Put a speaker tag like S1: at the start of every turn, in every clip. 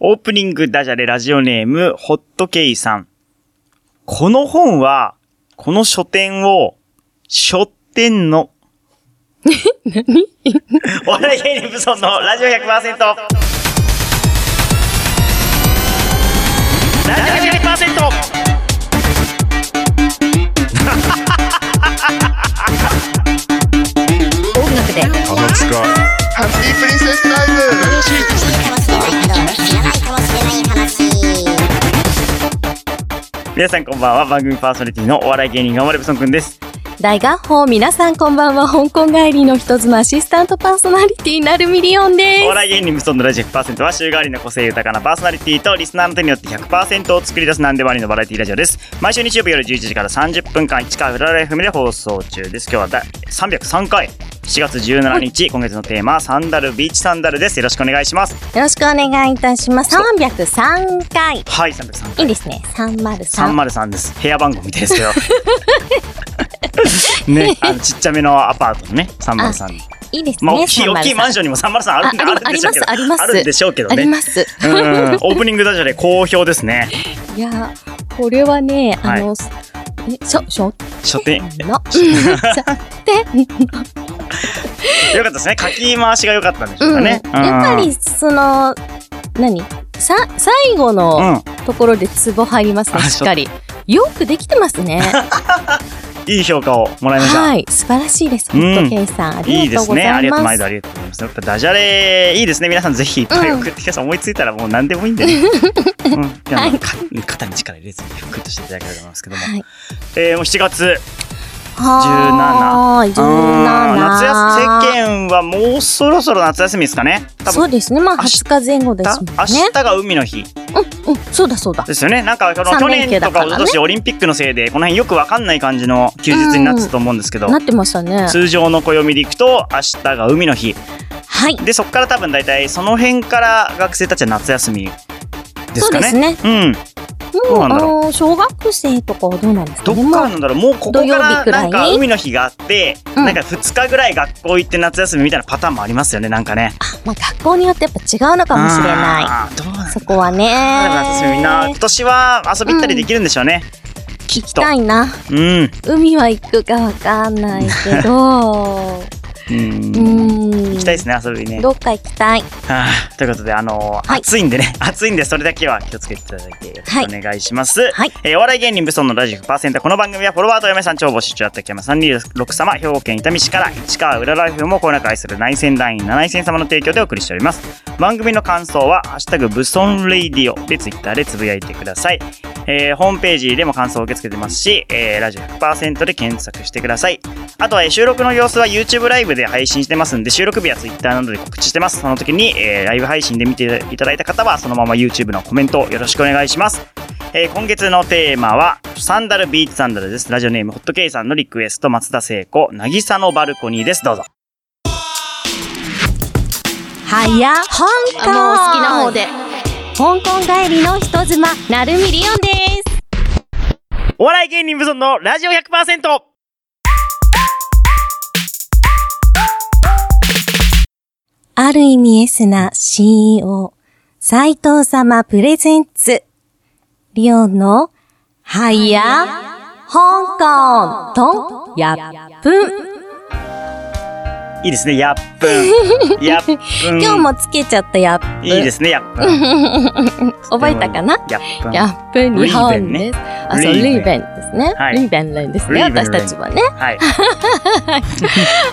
S1: オープニングダジャレラジオネーム、ホットケイさん。この本は、この書店を、書店の。何 お笑い芸人ブソンのラジオ100%。ラジオ100%。
S2: 音楽で
S3: 鼻つか
S4: ハッピープリンセスタイム
S1: 皆さんこんばんは。番組パーソナリティのお笑い芸人、がまれブソンくんです。
S2: 大合法皆さんこんばんは香港帰りの人妻アシスタントパーソナリティなるミリオンで
S1: お笑い芸人無尊のラジオ100%は週替わりの個性豊かなパーソナリティとリスナーの手によって100%を作り出す何でもありのバラエティラジオです。毎週日曜日夜11時から30分間、市川フラライフで放送中です。今日は第303回。7月17日、今月のテーマはサンダル、ビーチサンダルです。よろしくお願いします。
S2: すよろしくお願いいたします303回
S1: はい、303
S2: いい
S1: 回。
S2: ですね303
S1: 303です。部屋番号みたいですけ ど。ね、あのちっちゃめのアパートのね、303です。
S2: いいですね
S1: まあ、大きい、大きいマン
S2: シ
S1: ションにも303あるんで、
S2: ああ
S1: る
S2: り
S1: んでしょうけど。
S2: あります
S1: あ
S2: あります
S1: るんでしょうけど
S2: あり
S1: ね。
S2: ます
S1: うん、オープニングダジャレ好評ですね。
S2: いやこれはねあの、えしょしょ
S1: 書店。
S2: ので
S1: よかったですね。書き回しが良かったんでしょう
S2: う
S1: か
S2: ん、
S1: ね。うん
S2: やっぱりその何さ最後の、
S1: う
S2: ところでツボ入りますね、
S1: あ
S2: しっかり。よくできてますね。
S1: ん。いい評価をもらいました。
S2: はい、素晴らしいです。
S1: う
S2: ホ
S1: ん
S2: ットケイさん、あ
S1: いい
S2: り
S1: で
S2: がとう
S1: す
S2: ご
S1: ね。
S2: ざ
S1: あり
S2: い
S1: がとうござ
S2: ま。
S1: いますす。ありがとうございます。やっぱダジャレいいですね。皆さんぜひいっぱい送ってきてください。思いついたらもう何でもいいんで ね。うん。じゃあ、
S2: はい
S1: か肩に力入れずにふっくっとしていただければと思いますけども。
S2: はい
S1: えーもう7月。
S2: はーい、
S1: う
S2: 十
S1: ーん
S2: 七。
S1: 夏休み、世間はもうそろそろ夏休みですかね。多
S2: そ
S1: 分
S2: うですね、まあ
S1: 明日
S2: 20日前後ですもんね
S1: 明。日が海の日。
S2: うん、うん、そうだそうだ。
S1: ですよね。なんかこの
S2: 三
S1: 去
S2: 連
S1: 年
S2: 休だ
S1: とか
S2: から
S1: 一
S2: ね
S1: 昨年オリンピックのせいでこの辺よくわかんない感じの休日になってたと思うんですけど、
S2: なってましたね。
S1: 通常の暦でいくと明日が海の日
S2: はい、
S1: でそこから多分大体その辺から学生たちは夏休みです
S2: そう
S1: か
S2: で
S1: ね。
S2: すね。
S1: うん、どう
S2: もう
S1: な
S2: あ
S1: んだろう
S2: の小学生とかはどうなんです
S1: ど
S2: か
S1: っ
S2: ね。
S1: から
S2: も
S1: なんだろうもうここか
S2: 土曜
S1: ら
S2: 日くら
S1: ないん
S2: に
S1: か海の日があって、
S2: うん
S1: なんか2日ぐらい学校行って夏休みみたいなパターンもありますよねなんかね。
S2: うまあ学校によってやっぱ違うのかもしれない。
S1: あーどうなんだ
S2: そこは
S1: ろう夏休みみんな
S2: ね
S1: 今。年は遊び行ったりできるんでしょうね。きっ
S2: 行き
S1: と。
S2: たいな。
S1: うん。
S2: 海は行くかわかんないけど。
S1: うん。
S2: うん。
S1: 行きたいですね遊びね。
S2: どっか行きたい。
S1: はあ、ということで、あのー
S2: はい
S1: 暑いんでね、暑いんで、それだけは気をつけていただいて、よろしくお願いします。
S2: はい。
S1: えーお笑い芸人、武装のラジオ100%。この番組は、フォロワーとお嫁さん、超募集中あった秋山326様、兵庫県伊丹市から、市川裏ライフも、この中愛する内戦団員7 0 0様の提供でお送りしております。番組の感想は、ハッシュタグ、武装レイディオで、ツイッターでつぶやいてください。えーホームページでも感想を受け付けてますし、えーラジオ100%で検索してください。あとはえー収録の様子は YouTube ライブで配信してますんで、収録日は Twitter などで告知してます。その時に、えーライブ配信で見ていただいた方は、そのまま YouTube のコメントをよろしくお願いします。えー今月のテーマは、サンダルビーチサンダルです。ラジオネーム、ホットケイさんのリクエスト、松田聖子、渚のバルコニーです。どうぞ。
S2: はや、香港。
S5: あもう好きな方で。
S2: 香港帰りの人妻、なるみりおんです。
S1: お笑い芸人無存のラジオ 100%!
S2: ある意味エスな CEO、斎藤様プレゼンツ。リオンの、はや、香港、と、やっぷん。
S1: いいですね、やっぷん。 やっぷん。
S2: 今日もつけちゃったやっぷん。。
S1: いいですすね、やっぷん。
S2: 覚えたかな
S1: やっぷん。
S2: やっぷん日本
S1: リーベンね
S2: です。あ、そう、
S1: リーベン
S2: リーベンですね。
S1: はい
S2: リーベンレンですね。
S1: リーベンレン
S2: 私たちはね。
S1: はい。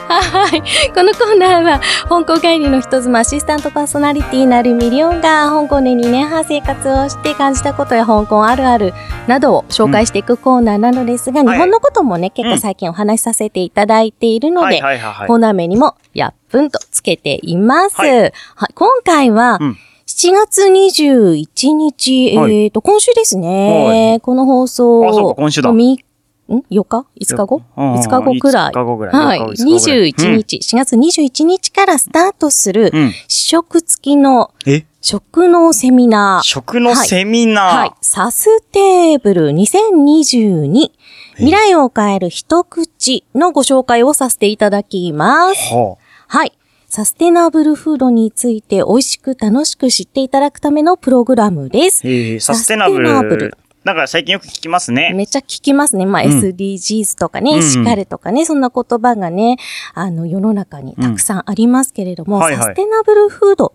S2: はい。このコーナーは、香港帰りの人妻アシスタントパーソナリティなるミリオンが、香港で2年半生活をして感じたことや香港あるあるなどを紹介していくコーナーなのですが、
S1: ん
S2: 日本のこともね、結
S1: う
S2: 構
S1: ん
S2: 最近お話しさせていただいているので、
S1: はいはいはいはい
S2: コーナー名にも、やっぷんとつけています。
S1: は
S2: はいい、今回は、
S1: うん
S2: 7月21日、
S1: はい
S2: えっ、と、今週ですね、この放送
S1: あそうか今週だ
S2: のみん ?4 日 ?5 日後
S1: うんうん
S2: ?5 日後くらい
S1: 5日後ぐらい。
S2: は
S1: 5日
S2: い。
S1: 後ぐらい
S2: 21。日、4月21日からスタートする
S1: う、ん。うん
S2: 試食付きの
S1: え
S2: 食能セミナー。
S1: 食のセミナー。
S2: はい。サステーブル2022。未来を変える一口のご紹介をさせていただきます。
S1: ほう
S2: はい。サステナブルフードについて美味しく楽しく知っていただくためのプログラムです。
S1: えー、サステナブル。
S2: サステナブル
S1: なんか最近よく聞きますね。
S2: めっちゃ聞きますね。まあ、
S1: うん
S2: SDGs とかね、
S1: うんうん
S2: しかれとかね、そんな言葉がね、あの、世の中にたくさんありますけれども、
S1: うんはいはい
S2: サステナブルフード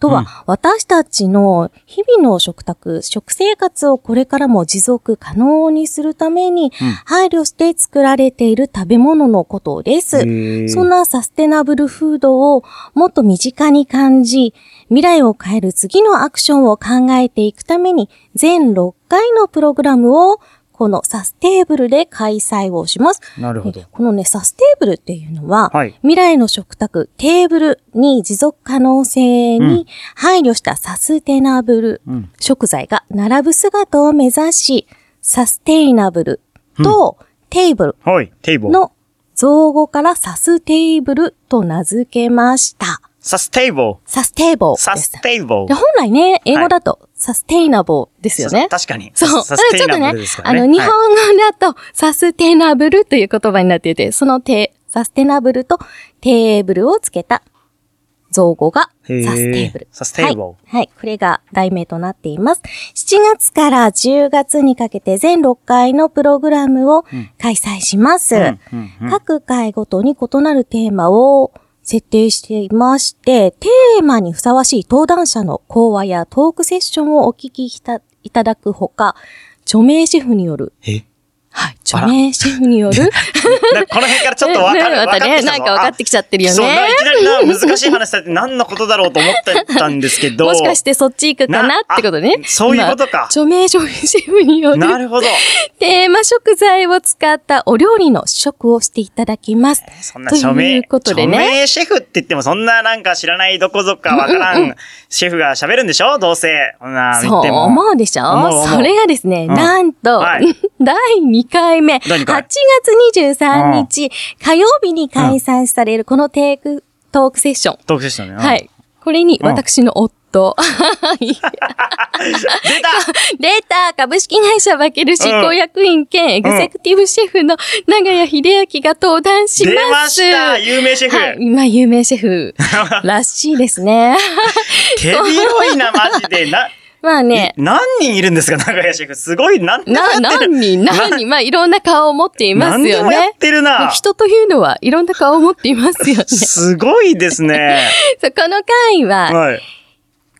S2: と
S1: うん
S2: は、私たちの日々の食卓、食生活をこれからも持続可能にするために
S1: うん、
S2: 配慮して作られている食べ物のことです。
S1: へー
S2: そんなサステナブルフードをもっと身近に感じ、未来を変える次のアクションを考えていくために、全6回のプログラムを、このサステーブルで開催をします。
S1: なるほど
S2: で。このね、サステーブルっていうのは、
S1: はい
S2: 未来の食卓、テーブルに持続可能性
S1: うん
S2: に配慮したサステナブル
S1: うん。
S2: 食材が並ぶ姿を目指し、サステイナブルとテーブル
S1: はい。テイボー。
S2: の造語からサステーブルと名付けました。
S1: サステイボ
S2: サステーボ
S1: ー。
S2: ー
S1: サ
S2: です
S1: ス。テイボー。
S2: で本来ね、英語だとサステイナボーですよね。
S1: さ確かに。
S2: そう。
S1: サス
S2: だから
S1: テ
S2: ち
S1: イ
S2: ょっ
S1: ナ
S2: とね
S1: ブルです、から
S2: あ
S1: ね。
S2: の、日本
S1: はい
S2: 語だとサステナブルという言葉になっていて、そのて、サステナブルとテーブルをつけた造語がサ
S1: へー
S2: ステーブル。
S1: サステイブル
S2: はい。はい。これが題名となっています。7月から10月にかけて全6回のプログラムを開催します。
S1: うんうんうん
S2: 各回ごとに異なるテーマを設定していまして、テーマにふさわしい登壇者の講話やトークセッションをお聞きしたいただくほか、著名シェフによる、
S1: え
S2: はい、著名シェフ による、
S1: なんかこの辺からちょっとわかる。
S2: ねね
S1: わかってきた
S2: ね、
S1: ぞ
S2: なんか分かってきちゃってるよ
S1: そう、な
S2: ね
S1: い。きなりな、難しい話されて何のことだろうと思ってたんですけど。
S2: もしかしてそっち行くかなってことね
S1: なあ。そういうこと
S2: まあ
S1: か。
S2: 著名シェフによる
S1: なるほど。
S2: テーマ食材を使ったお料理の試食をしていただきます。
S1: そんな署
S2: とい
S1: 名、
S2: うことで
S1: 署
S2: ね
S1: 名シェフって言ってもそんななんか知らないどこぞかわからんシェフが喋るんでしょどうせ。そんな言
S2: そ
S1: っ
S2: う
S1: ても。
S2: 思うでしょ
S1: 思う思う
S2: それがですね、
S1: ん
S2: なんと、
S1: はい
S2: 第2回目、
S1: 第
S2: 8
S1: 二回
S2: 月23日、火曜日に開催されるこのテイク、トークセッション。
S1: トークセッションね。うん
S2: は。い。これに
S1: うん
S2: 私の夫、
S1: 出た
S2: データ株式会社バケル執行役員兼エグゼクティブシェフの長谷秀明が登壇します。
S1: 出ました有名シェフ、
S2: はい、今有名シ ェフらしいですね。
S1: 手広いな、マジで。な、
S2: まあ ね、
S1: 何人いるんですか、長屋シェフ。すごい、なんでもや
S2: な、
S1: ってる。
S2: 何人、何人、まあいろんな顔を持っています
S1: 何で
S2: よ
S1: もや
S2: ね
S1: っ。てるな。
S2: 人というのはいろんな顔を持っていますよ ね。そ
S1: すごいですね。
S2: うこの会 は、
S1: はい。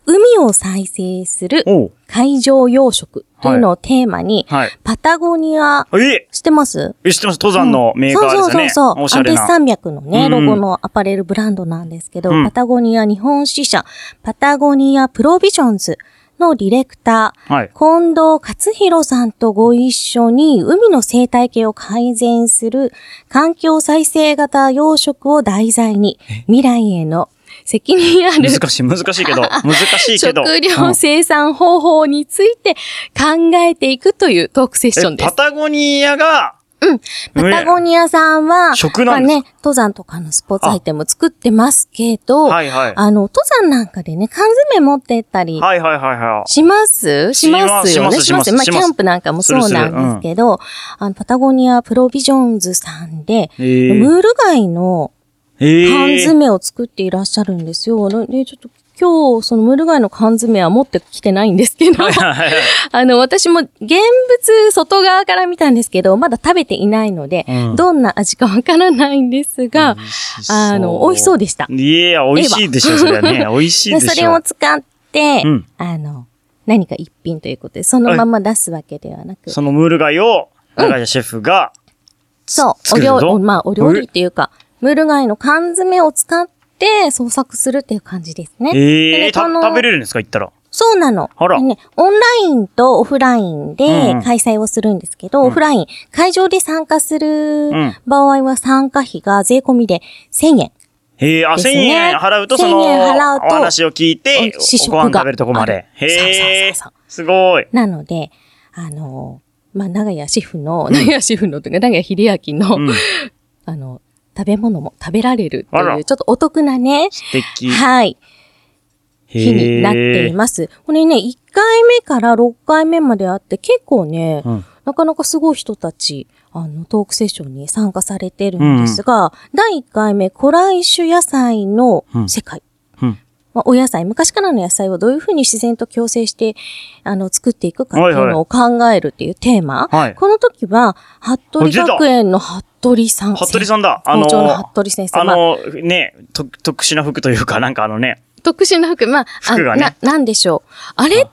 S2: 海を再生する
S1: おう
S2: 海上養殖というのをテーマに、
S1: はい。
S2: パタゴニア、
S1: え
S2: 知ってます
S1: え知ってます登山のメーカーですよね。
S2: そうそうそう
S1: おしゃ
S2: そう。アン
S1: れ
S2: デス
S1: な。
S2: 山脈のね、
S1: うん
S2: ロゴのアパレルブランドなんですけど、
S1: うん
S2: パタゴニア日本支社、パタゴニアプロビジョンズのディレクター、
S1: はい。
S2: 近藤勝弘さんとご一緒に海の生態系を改善する環境再生型養殖を題材に未来への責任ある
S1: 難しい、難しい けど、難しいけど。
S2: 食
S1: うん
S2: 料生産方法について考えていくというトークセッションで
S1: えパ
S2: す。
S1: タゴニアが、うん
S2: パタゴニアさんは、
S1: 食
S2: まあ
S1: なんです
S2: ね、登山とかのスポーツアイテムを作ってますけど、
S1: はいはい。
S2: あの、登山なんかでね、缶詰持ってったり
S1: はいはいはいは
S2: しますしますよね。
S1: しますします
S2: まあ、
S1: し
S2: キ
S1: ます
S2: ャンプなんかもそうなんですけど、あの、パタゴニアプロビジョンズさんで、
S1: い。え
S2: ムール貝の
S1: え
S2: 缶
S1: ー。
S2: 詰を作っていらっしゃるんですよ。で、ちょっと今日、そのムール貝の缶詰は持ってきてないんですけど、
S1: はいはいはいはい。
S2: あの、私も現物外側から見たんですけど、まだ食べていないので、
S1: うん
S2: どんな味かわからないんですが、
S1: 美味しそう
S2: あの、美味しそうでした。
S1: いや、美味しいでしょ、それは ね。美味しいで
S2: で
S1: しょ。
S2: それを使って、
S1: うん
S2: あの、何か一品ということで、そのまま出すわけではなく、
S1: そのムール貝を、長谷シェフが、
S2: そう、お
S1: 作るぞ
S2: 料理、まあ、お料理っていうか、ムール貝の缶詰を使って創作するっていう感じですね。
S1: ええ
S2: で
S1: た
S2: この
S1: 食べれるんですか言ったら。
S2: そうなの。
S1: あら
S2: でね、オンラインとオフライン
S1: うん
S2: で
S1: うん
S2: 開催をするんですけど、オフライン、会場で参加する
S1: ん
S2: 場合は参加費が税込みで1000円。
S1: ええあ、
S2: で
S1: 1000
S2: すね
S1: 円払うと、その、
S2: 1000円払うと
S1: お話を聞いて、
S2: お試食
S1: ご
S2: が
S1: 飯食べるとこまで。
S2: あるそうそうそうそう
S1: へえすごい。
S2: なので、あの、まあ、長屋シェフの、長屋シェフのというか、長屋秀明の、
S1: うん。
S2: あの、食べ物も食べられるって
S1: あ
S2: い
S1: ら
S2: う、ちょっとお得なね、
S1: 素敵。
S2: はい、日になってい
S1: す。
S2: ます。これね、1回目から6回目まであって、結構ね、
S1: うん
S2: なかなかすごい人たちあの、トークセッションに参加されてるんですが、第1回目、古来種野菜の世界。
S1: うん
S2: まあ、お野菜、昔からの野菜をどういうふうに自然と共生して、あの、作っていくかっていうのを考えるっていうテーマ。
S1: はい
S2: この時は、服部学園の服部さん。
S1: 服部さんだ。あの
S2: 校長の服部先生。
S1: あ
S2: まあ、
S1: の、ね、と特殊な服というか、なんかあのね、
S2: 特殊な服、まあ、あ
S1: 服がね
S2: な、なんでしょう。あれって、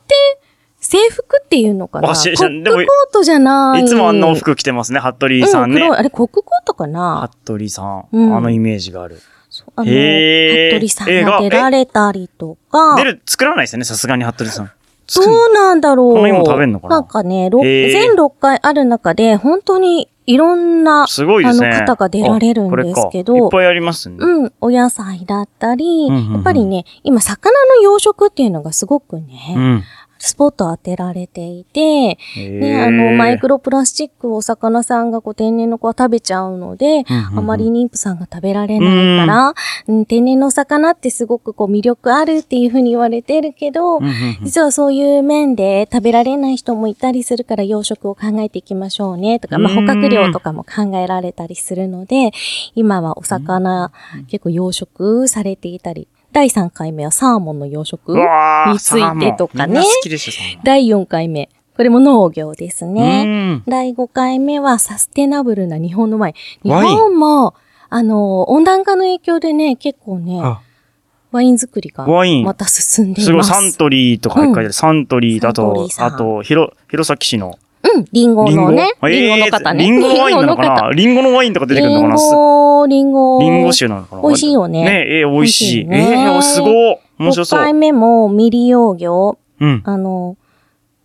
S2: 制服っていうのかな
S1: わ
S2: コ
S1: し
S2: ッ
S1: じゃで
S2: ク
S1: も
S2: コートじゃない。
S1: いつもあの服着てますね、服部さん
S2: うん、
S1: ね
S2: 黒。いあれ、コックコートかな
S1: 服部さん、
S2: うん
S1: あのイメージがある。
S2: そうあの、
S1: へー
S2: 服部さん
S1: 映画
S2: が出られたりとか
S1: 出、る、作らないですよね、さすがに服部さん。
S2: ど
S1: 作ん
S2: うなんだろう。
S1: この芋食べんのかなん
S2: かね、ろ
S1: へー
S2: 全6回ある中で、本当にいろんな、
S1: すごいですね。
S2: あの方が出られるんですけど
S1: あこれかいっぱいありますね。
S2: うん、お野菜だったり、
S1: うんうんうん
S2: やっぱりね、今、魚の養殖っていうのがすごくね、
S1: うん。
S2: スポット当てられていて、ね、
S1: ね
S2: あの、マイクロプラスチックをお魚さんがこう天然の子は食べちゃうので、
S1: うんうんうん
S2: あまり妊婦さんが食べられないから、うん天然のお魚ってすごくこう魅力あるっていうふうに言われてるけど、実はそういう面で食べられない人もいたりするから養殖を考えていきましょうねとか、まあ、
S1: う
S2: 捕
S1: ん
S2: 獲量とかも考えられたりするので、今はお魚結構養殖されていたり、第3回目はサーモンの養殖についてとかね。
S1: 好きですよ、サーモン
S2: 第4回目。これも農業ですね。
S1: うん
S2: 第5回目はサステナブルな日本のワイン。日
S1: ワイン
S2: 本も、あの、温暖化の影響でね、結構ね、
S1: あ
S2: ワイン作りが
S1: ワイン
S2: また進んでい
S1: すご
S2: ま
S1: い、
S2: す。
S1: サントリーとか書いてある。サントリーだ
S2: サント
S1: と
S2: リー、さん
S1: あと、ひろ、弘前市の。
S2: うん、リンゴのね、
S1: えー
S2: リンゴの方ね。
S1: リンゴのワインなのかなリンゴのワインとか出て
S2: リ
S1: くるのか
S2: ン
S1: な
S2: ゴ、リンゴ。
S1: リンゴ酒なのかな
S2: 美味しいよね
S1: ねえ、美味しい。
S2: 美味しいね
S1: えー、すごい。面白
S2: 6
S1: そ
S2: 回
S1: う。
S2: 目も、未利用魚。
S1: うん。
S2: あの、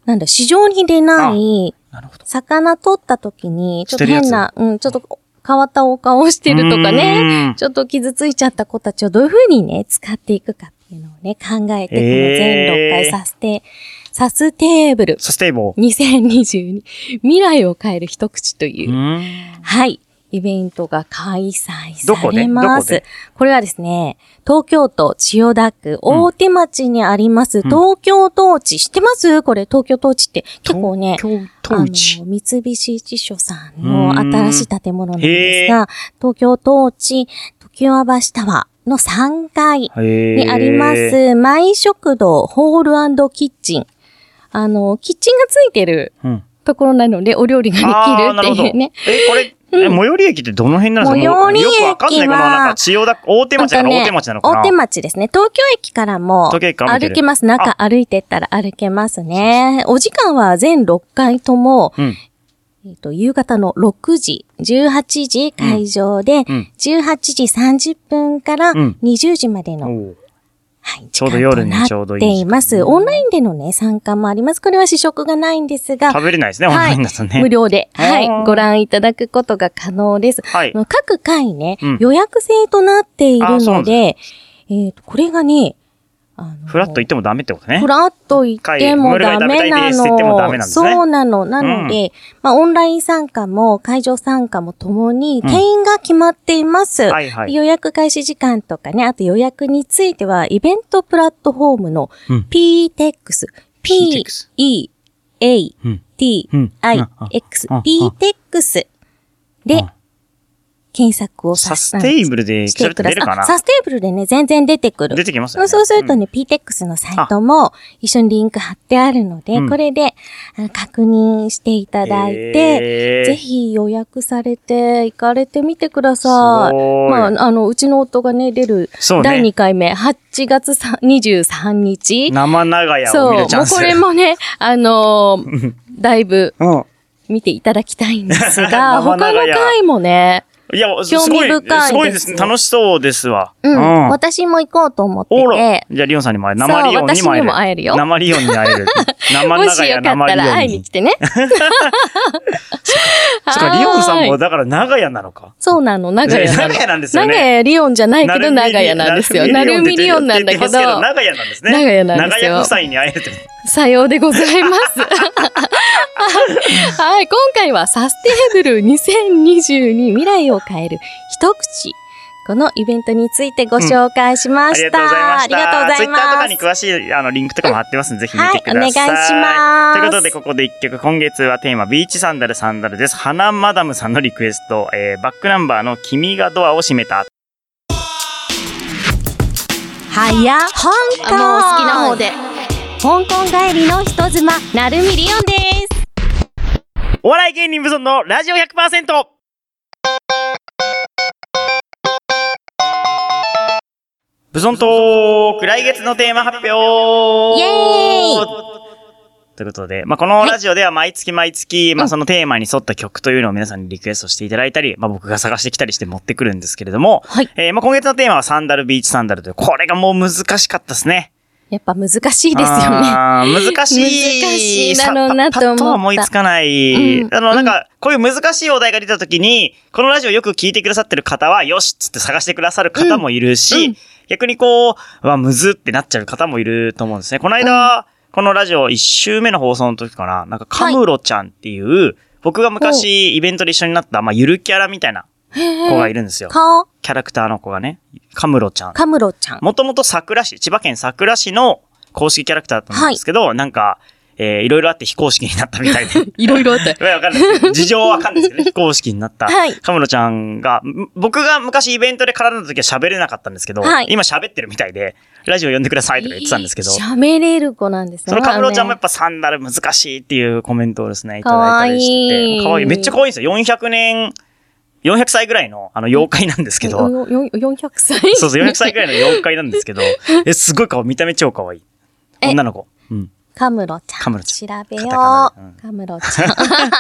S2: なんだ、市場に出ない、
S1: なるほど。
S2: 魚取った時に、ちょっと変
S1: してる
S2: な、うん、ちょっと変わったお顔をしてるとかね。
S1: ね
S2: ちょっと傷ついちゃった子たちをどういうふうにね、使っていくかっていうのをね、考えて、この全6
S1: えー
S2: 回サステ、サステーブル
S1: サステイボ
S2: 2022未来を変える一口という
S1: ー。、うん
S2: はい、イベントが開催
S1: どこ
S2: さ
S1: で
S2: れま
S1: どこ
S2: す
S1: で。
S2: これはですね、東京都千代田区大手町にあります、
S1: ん
S2: 東京統治、知ってますこれ東京統治って結構ね、
S1: 東京
S2: あ
S1: 統
S2: の、
S1: 治。
S2: 三菱地所さん
S1: う
S2: の
S1: ーん
S2: 新しい建物なんで
S1: へ
S2: すが、東京統治、時和橋タワーの3階
S1: に
S2: にありま。す、マイ食堂ホールキッチン。あの、キッチンがついてる
S1: うん。
S2: ところなので、お料理
S1: あー
S2: が
S1: な
S2: で
S1: る
S2: きる
S1: ほど
S2: っていうね。
S1: え、これ、え最寄り駅ってどの辺なんですか
S2: 最寄り
S1: もうよ
S2: 駅は
S1: くわかんないこのなんか、千代田区、大手町だか
S2: あと
S1: ら
S2: ね
S1: 大手町なのかな
S2: 大手町ですね。東京駅からも
S1: 東京駅からも行ける
S2: 歩けます。中歩いてったら歩けますね。お時間は全6回とも、
S1: うん。
S2: えっと、夕方の6時、18時会場で、
S1: うん。
S2: 18時30分から
S1: うん
S2: 20時までの、
S1: おう
S2: はい、
S1: ちょうど夜に
S2: 時間
S1: ちょ
S2: と
S1: う
S2: な
S1: ど
S2: っ
S1: いい時間
S2: ています。オンラインでのね、参加もあります。これは試食がないんですが、
S1: 食べれないですね、オンラ
S2: は
S1: インだとね
S2: い、無。料で、は
S1: あー
S2: い、ご覧いただくことが可能です。
S1: はい。
S2: もう各回ね、
S1: うん
S2: 予約制となっている
S1: あーそうな
S2: の
S1: んだ
S2: で、えっと、これがね、あの
S1: フラッと行ってもダメってことね
S2: ふ。らっと言ってもダメな
S1: 一回無料で食べたいですって言ってもダメな
S2: の。
S1: んですね
S2: そうなの。なので、まあ、オンライン参加も会場参加もともに、
S1: うん
S2: 定員が決まっています。
S1: はいはい。
S2: 予約開始時間とかね、あと予約については、イベントプラットフォームの
S1: うん
S2: PTEX、P
S1: PTEX、
S2: E、A、
S1: うん。
S2: T
S1: うん、
S2: I
S1: あ、
S2: X
S1: ああ、
S2: PTEX で
S1: あ
S2: 検索を
S1: サ
S2: さ
S1: ステイブルで
S2: し
S1: それ
S2: て
S1: って
S2: くだ
S1: 出る
S2: さ
S1: か
S2: い。あ
S1: な
S2: サステーブルでね、全然出てくる
S1: 出。てきますよ
S2: そう
S1: ね。
S2: そうするとね、PTEX のサイトも一緒にリンク貼ってあるので、
S1: うん
S2: これであの確認していただいて、
S1: て
S2: ぜひ予約されて行かれてみてくだ
S1: す
S2: さい。
S1: ご
S2: ま
S1: い。
S2: あ、あの、うちの夫がね、出る
S1: そう
S2: 第
S1: ね
S2: 2。回目、8月さん23日。
S1: 生長屋を
S2: そ
S1: 見
S2: う、も
S1: る
S2: う
S1: チャンス。
S2: これ もね、あのーだいぶ
S1: うん。
S2: 見ていただきたいんですが、
S1: 生
S2: 他の
S1: 長屋
S2: 回もね、
S1: いや、す
S2: 興
S1: ご
S2: 味
S1: い、
S2: 深いです
S1: すごいですね。楽しそうですわ。
S2: うん、私も行こうと思って
S1: おら
S2: て、、
S1: じゃあリオンさんにも会える。生リオンにも会え
S2: そう私に
S1: る。
S2: も会えるよ
S1: 生リオンに会え る。生
S2: も
S1: 長
S2: し
S1: 屋、
S2: よかっ
S1: 生
S2: た
S1: リオ
S2: ら
S1: ン
S2: 会いに
S1: に
S2: 来。てね。
S1: そっか、リオンさん
S2: はー
S1: も、
S2: い。
S1: だから長屋なのか。
S2: そうなの、長
S1: 長
S2: 屋なの。
S1: 屋なんですよ
S2: 長
S1: ね。
S2: 屋リオンじゃない
S1: な
S2: け
S1: る
S2: ど
S1: み
S2: 長屋なんですよ。
S1: な
S2: な
S1: る
S2: る
S1: み
S2: みリオンなんだけ
S1: って言
S2: ど
S1: って、ます長屋なんですね。
S2: 長屋なんですよ
S1: 長屋夫妻に会えるって。
S2: さようでございます。 はい、今回はサステーブル2022未来を変える一口このイベントについてご紹介しま
S1: あり
S2: し
S1: がとうござい
S2: た。
S1: ました。ツイッターとかに
S2: す。
S1: 詳しいあのリンクとかも貼ってますんで、ぜひ見てください。
S2: はいお願いします
S1: ということで、ここで一曲、今月はテーマ、ビーチサンダルサンダルです。花マダムさんのリクエスト、えー、バックナンバーの君がドアを閉めた。
S2: はや、香港
S3: あもう好きな方。で。
S2: 香港帰りの人妻、なるみりおんです。
S1: お笑い芸人無存のラジオ 100%! ブソントーク来月のテーマ発表イエ
S2: エーイ
S1: ということで、まあ、このラジオでは毎月毎月、まあ、そのテーマに沿った曲というのを皆さんにリクエストしていただいたり、まあ、僕が探してきたりして持ってくるんですけれども、
S2: はい
S1: えーまあ、今月のテーマはサンダルビーチサンダルという、これがもう難しかったですね。
S2: やっぱ難しいですよね。
S1: あー難しい。
S2: 難しいだろうな
S1: さ
S2: と
S1: パ
S2: 思った
S1: ッとは思いつかない。
S2: うん
S1: あの、なんか、こういう難しいお題が出た時に、このラジオよく聞いてくださってる方は、よしっつって探してくださる方もいるし、逆にこう、うわ、むずってなっちゃう方もいると思うんですね。この間、このラジオ1周目の放送の時かな、なんか、カムロちゃんっていう、僕が昔イベントで一緒になった、まあ、ゆるキャラみたいな子がいるんですよ。
S2: か、
S1: キャラクターの子がね、カムロちゃん。
S2: かむろちゃん。
S1: もともと桜市、千葉県桜市の公式キャラクターだったんですけど、なんか、えーいろいろあって非公式になったみ たいで。
S3: いろいろあって。
S1: いやわかんない。事情はわかんないですけどね、非公式になった。
S2: はい
S1: カムロちゃんが、ん僕が昔イベントで絡んだ時は喋れなかったんですけど、
S2: はい
S1: 今喋ってるみたいで、ラジオ呼んでくださいとか言ってたんですけど、
S2: 喋れる子なんですね。
S1: そのカムロちゃんもやっ
S2: ぱ。
S1: ぱサンダル難しいっていうコメントをですね、いただいたりしてて、
S2: かわ
S1: 可愛
S2: いい
S1: いめっちゃ可愛いんですよ。400年、400歳ぐらいの、あの、妖怪なんですけど、
S2: よよよ400歳
S1: そうそう、400歳くらいの妖怪なんですけど、え、すごい顔、見た目超可愛い。
S2: え
S1: 女の子。うん。
S2: カムロちゃん。
S1: カムロち
S2: ゃん。調べよう。
S1: カタカ
S2: カ
S1: ナでうん
S2: ムロちゃ ん。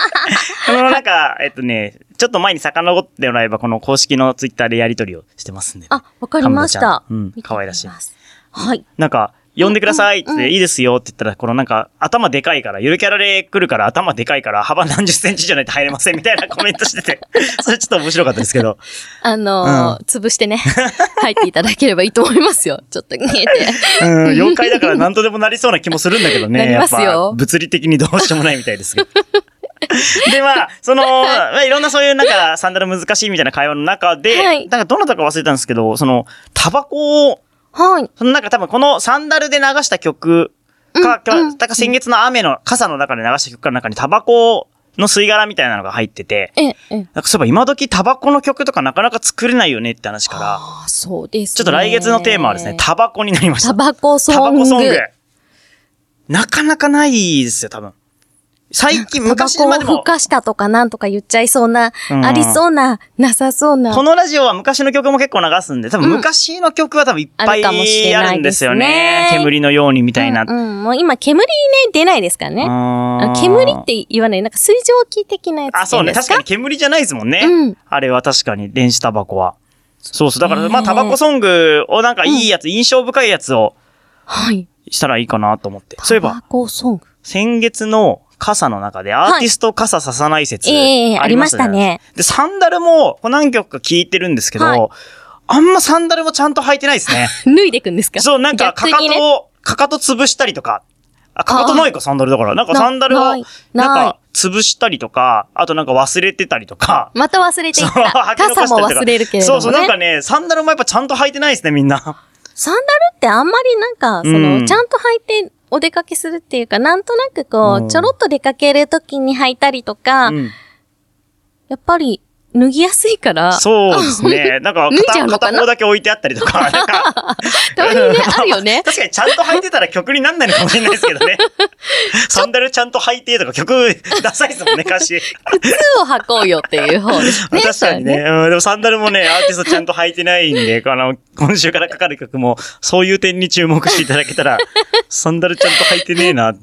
S1: このなんか、えっとね、ちょっと前に遡ってもらえば、この公式のツイッターでやりとりをしてますんで。
S2: あ、わかりまし
S1: カ
S2: た。
S1: ムロちゃんうん
S2: 見てみます
S1: 可愛らしい
S2: はい。
S1: なんか、呼んでくださいって、いいですよって言ったら、このなんか、頭でかいから、ゆるキャラで来るから頭でかいから、幅何十センチじゃないと入れませんみたいなコメントしてて、それちょっと面白かったですけど。
S2: あのー、潰してね、 入っていただければいいと思いますよ。ちょっと見 えて。
S1: うん、妖怪だから何とでもなりそうな気もするんだけど
S2: な
S1: ね。
S2: り
S1: や
S2: ま
S1: っ
S2: すよ
S1: ぱ物理的にどうしようもないみたいです けど。で、まあ、その、まあ、いろんなそういうなんか、サンダル難しいみたいな会話の中で、
S2: はい
S1: なんかどなたか忘れたんですけど、その、タバコを、
S2: はい。
S1: そのなんか多分このサンダルで流した曲か、
S2: うんうん
S1: だから先月の雨の傘の中で流した曲かの中にタバコの吸い殻みたいなのが入ってて、
S2: ええ、ええ。
S1: なんかそういえば今時タバコの曲とかなかなか作れないよねって話から、
S2: ああ、そうですね。
S1: ちょっと来月のテーマはですね、タバコになりました
S2: タ。バコソン
S1: タ
S2: グ。
S1: バコソング。なかなかないですよ、多分。最近、
S2: タバ
S1: 昔、
S2: コ
S1: まあ
S2: を
S1: でも
S2: ふ、かしたとかなんとか言っちゃいそうな、
S1: うん
S2: ありそうな、なさそうな。
S1: このラジオは昔の曲も結構流すんで、多分昔の曲は多分いっぱ
S2: あるかも
S1: い
S2: しれない
S1: あるんですよ
S2: で
S1: ね。
S2: すね
S1: 煙のようにみたいな。
S2: うん、うんもう今、煙ね、出ないですからね。あ
S1: あ
S2: の
S1: ー
S2: 煙って言わない。なんか水蒸気的なやつ
S1: あ、そうね。
S2: です
S1: 確
S2: か
S1: かに煙じゃないですもんね。
S2: うん
S1: あれは確かに、電子タバコは。そうそう。だから、
S2: ね
S1: まあ、タバコソングをなんかいいやつ、印象深いやつを
S2: はい。
S1: したらいいかなと思って。そういえば
S2: タバ、コソング。
S1: 先月の傘の中でアーティスト傘ささない説、
S2: はいええ
S1: ありましたね。
S2: ありましたね
S1: で、サンダルもこう何曲か聞いてるんですけど、
S2: はい
S1: あんまサンダルもちゃんと履いてないですね。
S2: 脱いでいくんですか
S1: そう、なんかかか
S2: 逆にね
S1: とを、かかと潰したりとか、あ、かかとないか、サンダルだから。なんか
S2: な
S1: サンダルを
S2: ない、
S1: なん
S2: ない
S1: か潰したりとか、あとなんか忘れてたりとか。
S2: また忘れてい
S1: そう
S2: っ
S1: 履
S2: た。
S1: き残
S2: 傘
S1: したり
S2: も
S1: とか
S2: 忘れるけれども、ね。
S1: そうそう、なんかね、サンダルもやっぱちゃんと履いてないですね、みんな。
S2: サンダルってあんまりなんか、その、
S1: うん
S2: ちゃんと履いてお出かけするっていうか、なんとなくこ
S1: う
S2: う、
S1: ん
S2: ちょろっと出かけるときに履いたりとか、
S1: うん
S2: やっぱり脱ぎやすいから、
S1: そうですね。なんか
S2: 脱いじ
S1: 片、
S2: ゃうのかな
S1: 片方だけ置いてあったりとか、なんか、
S2: たまにね、ある よね。
S1: 確かにちゃんと履いてたら曲になんないのかもしれないですけ どね。サンダルちゃんと履いてとか曲ダサいですもんね、歌詞。
S2: 靴を履こうよっていう方ですね。
S1: 確かにね。うんでもサンダルもね、アーティストちゃんと履いてないんで、あの、今週からかかる曲も、そういう点に注目していただけた ら、サンダルちゃんと履いてねえな。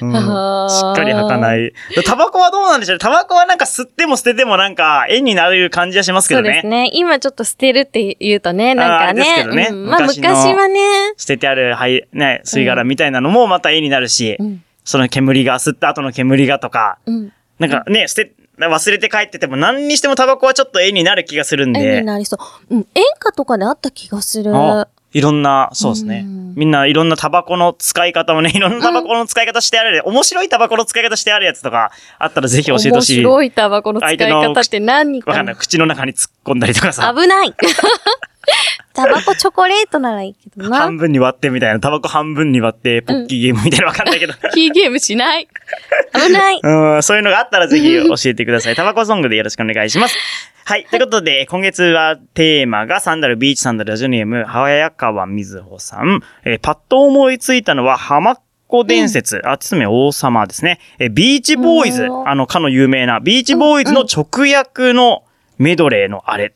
S1: うん、し
S2: あー
S1: っかり履かない。タバコはどうなんでしょうねタバコはなんか吸っても捨ててもなんか縁になる感じはしますけ
S2: そう
S1: ど
S2: で
S1: ね
S2: す。ね。今ちょっと捨てるって言うとね、なん
S1: あーあ
S2: か
S1: れですけ
S2: ね。
S1: どね
S2: うんまあ
S1: 昔
S2: 昔
S1: の
S2: はね。
S1: 捨ててある、はい、ね、吸い殻みたいなのもまた絵になるし、
S2: うん。
S1: その煙が、吸った後の煙がとか、
S2: うん。
S1: なんかね、捨て、忘れて帰ってても何にしてもタバコはちょっと絵になる気がするん
S2: 絵
S1: で
S2: に。なりそう。うん。演歌とかであった気がする。
S1: あいろんな、そうですね。みんないろんなタバコの使い方をね、い ろんなタバコの使い方してある、面白いタバコの使い方してあるやつとかあったらぜひ教えてほ
S3: 面
S1: しい。
S3: 白いタバコの使い方って何
S1: わ
S3: か
S1: かんない。口の中に突っ込んだりとかさ、
S2: 危ないタバコチョコレートならいいけどな。
S1: 半分に割ってみたいな、タバコ半分に割って、ポッキーゲームみたいなわかんないけど。
S3: キーゲームしない。
S2: 危ない。
S1: うん、そういうのがあったらぜ ひ教えてください。タバコソングでよろしくお願いします。はい。ということで、今月はテーマがサンダル、ビーチサンダル、ラジオネーム、早川瑞穂さん。えーパッと思いついたのは、浜っ子伝説、あ、つめ王様ですね。えービーチボーイズ、
S2: おー
S1: あの、かの有名な、ビーチボーイズの直訳のメドレーのあれ。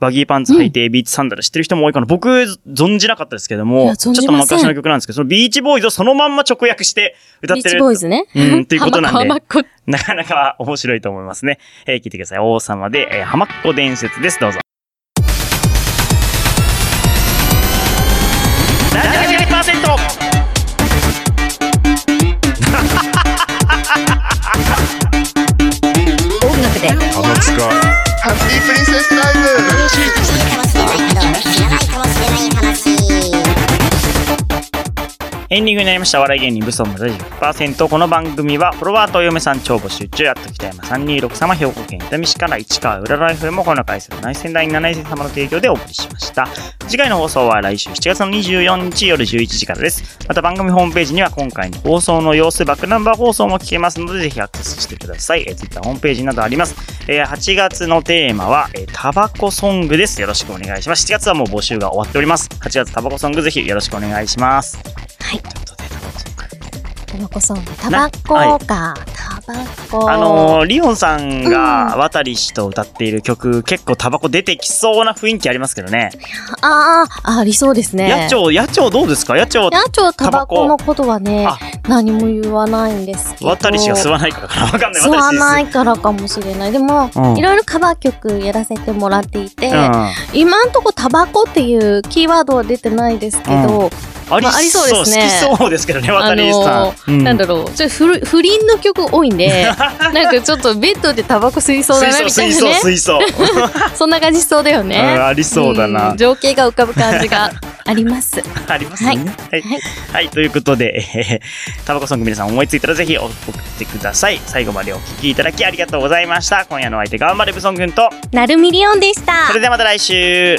S1: バギーパンツ履いて、ビーチサンダル知ってる人も多いかな。僕、存じなかったですけど
S2: い
S1: も、
S2: や
S1: ちょ
S2: 存
S1: っ
S2: じません
S1: と昔の曲なんですけど、そのビーチボーイズをそのまんま直訳して 歌っ
S2: ビ
S1: て
S2: ーチ
S1: る。
S2: ボーイズね。
S1: うん、ということ なんで。
S3: 浜っ子
S1: なかなか面白いと思いますね。えー聞いてください。王様で、えー、浜っ子伝説です。どうぞ。ラジオ100%
S2: 音楽で。
S4: 楽しか Happy Princess Time!
S1: エンディングになりました。お笑い芸人武装のラジオ100%。この番組は、フォロワーとお嫁さん超募集中、あっと北山326様、兵庫県伊丹市から市川浦ライフもこの回数の内戦第7戦様の提供でお送りしました。次回の放送は来週7月の24日夜11時からです。また番組ホームページには今回の放送の様子、バックナンバー放送も聞けますので、ぜひアクセスしてください。えー、Twitter ホームページなどあります。えー8月のテーマは、えータバコソングです。よろしくお願いします。7月はもう募集が終わっております。8月タバコソングぜひよろしくお願いします。
S2: はい。
S1: ということで、タバコソング
S2: タバコソング。タ
S1: な
S2: バ
S1: は
S2: コか。タバコ。
S1: あのー、リオンさんが渡り氏と歌っている曲、結構タバコ出てきそうな雰囲気ありますけどね。
S2: ああ、ありそうですね。
S1: 野鳥、野鳥どうですか野鳥、
S2: 野鳥タバコ
S1: タバ
S2: のことはね
S1: あ、
S2: 何も言わないんですけど。
S1: 渡り氏が吸わないからかなわかんない。。
S2: 吸わないいからかもしれない。でも、
S1: うん
S2: いろいろカバー曲やらせてもらっていて、
S1: うん。あ
S2: 今んとこタバコっていうキーワードは出てないですけど、
S1: り
S2: まあありそうですね
S1: 好きそうですけどね、渡り氏
S3: あ
S1: さ
S3: の
S1: ん。
S3: なんだろ
S1: ろ
S3: う。ちょっと不不倫の曲多いん で、なんかちょっとベッドでタバコ吸いそうだ
S1: 水
S3: なみ
S1: 槽、
S3: たい
S1: 水
S3: な
S1: 槽、
S3: ね。
S1: 水槽。
S3: そんな感じしそうだよ
S1: うん
S3: ね。
S1: ありそうだな。
S3: ん情景が浮かぶ感じが。
S2: あります。
S1: ありますね。はい。はい。ということで、 えータバコソング皆さん思いついたらぜひ送ってください。最後までお聞きいただきありがとうございました。今夜のお相手、頑張れブソン君と、
S2: なるみりおんでした
S1: そ。れではまた来週。